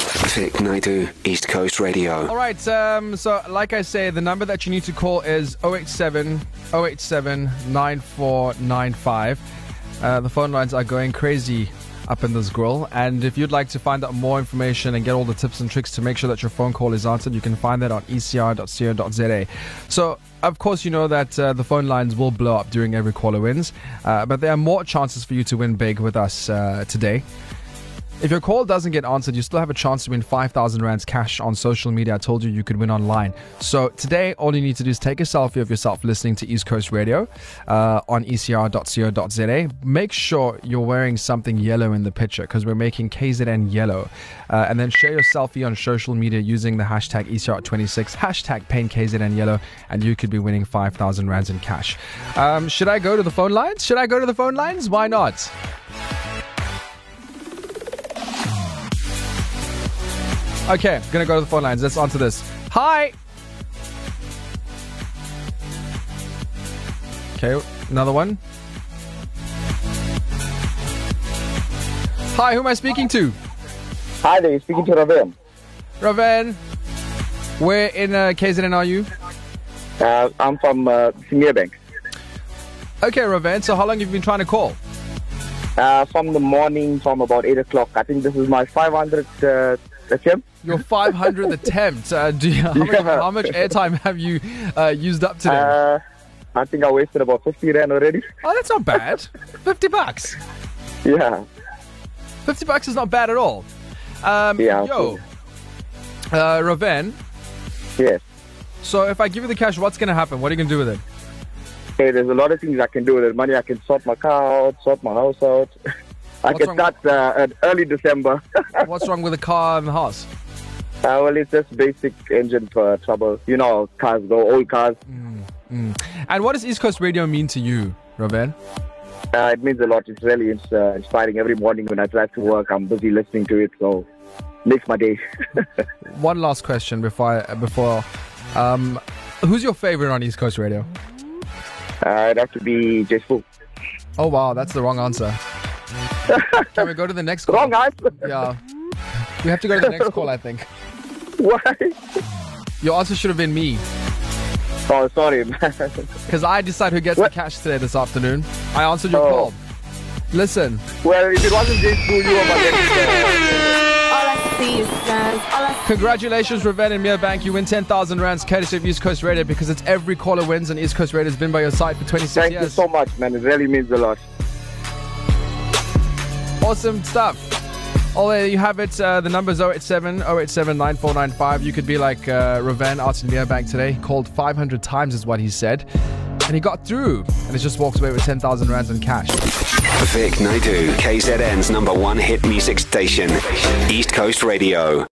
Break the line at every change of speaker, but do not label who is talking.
Pacific, 92 East Coast Radio.
All right, um, so like I say, the number that you need to call is 087 087 9495. Uh, the phone lines are going crazy up in this grill. And if you'd like to find out more information and get all the tips and tricks to make sure that your phone call is answered, you can find that on E ecr.co.za. So, of course, you know that uh, the phone lines will blow up during every caller wins, uh, but there are more chances for you to win big with us uh, today. If your call doesn't get answered, you still have a chance to win 5,000 Rands cash on social media. I told you you could win online. So today, all you need to do is take a selfie of yourself listening to East Coast Radio uh, on ecr.co.za. Make sure you're wearing something yellow in the picture because we're making KZN yellow. Uh, and then share your selfie on social media using the hashtag E ECR26, hashtag PaintKZN yellow, and you could be winning 5,000 Rands in cash. Um, should I go to the phone lines? Should I go to the phone lines? Why not? Okay, gonna go to the phone lines. Let's answer this. Hi. Okay, another one. Hi, who am I speaking to?
Hi there, you're speaking to Raven.
Raven. Where in uh, KZN are you?
Uh, I'm from uh, Premier Bank.
Okay, Raven. So how long have you been trying to call?
Uh, from the morning, from about 8 o'clock. I think this is my 500 uh, attempt.
Your 500th attempt. Uh, do you, how, much,
Yeah.
how much airtime have you uh, used up today?
Uh, I think I wasted about 50 rand already.
oh, that's not bad. 50 bucks.
Yeah.
50 bucks is not bad at all. Um,
Yeah,
yo, uh, Raven,
Yes.
so if I give you the cash, what's going to happen? What are you going to do with it?
Hey, there's a lot of things I can do with it. Money, I can sort my car out, sort my house out. I
What's wrong
can start uh, at early December. uh,
What's wrong with the car and the house?
well, it's just basic engine for trouble. You know, how cars go, old cars.
And what does East Coast Radio mean to you, Raven?
Uh, it means a lot. It's really ins- uh, inspiring. Every morning when I drive to work, I'm busy listening to it, so makes my day. Uh,
One last question before I, before um, who's your favorite on East Coast Radio?
Uh, it'd have to be just full.
Oh wow, that's the wrong answer. Can we go to the next call?
Wrong answer.
Yeah. We have to go to the next call, I think.
Why?
Your answer should have been me.
Oh, sorry, man.
Because I decide who gets
What?
the cash today this afternoon. I answered your
Oh.
call. Listen,
Well, if it wasn't just full, you were my next. Uh,
All I see is signs. All I
congratulations, Raven and Mia Bank. You win 10,000 rands courtesy of East Coast Radio because it's every caller wins and East Coast Radio has been by your side for 26
thank
years.
you so much, man. It really means a lot.
Awesome stuff. Oh, there you have it. Uh, the number's 087 087 9495. You could be like uh, Ravan out in Bank today. He called 500 times, is what he said. And he got through. And he just walked away with 10,000 rands in cash.
Vic Naidu, KZN's number one hit music station, East Coast Radio.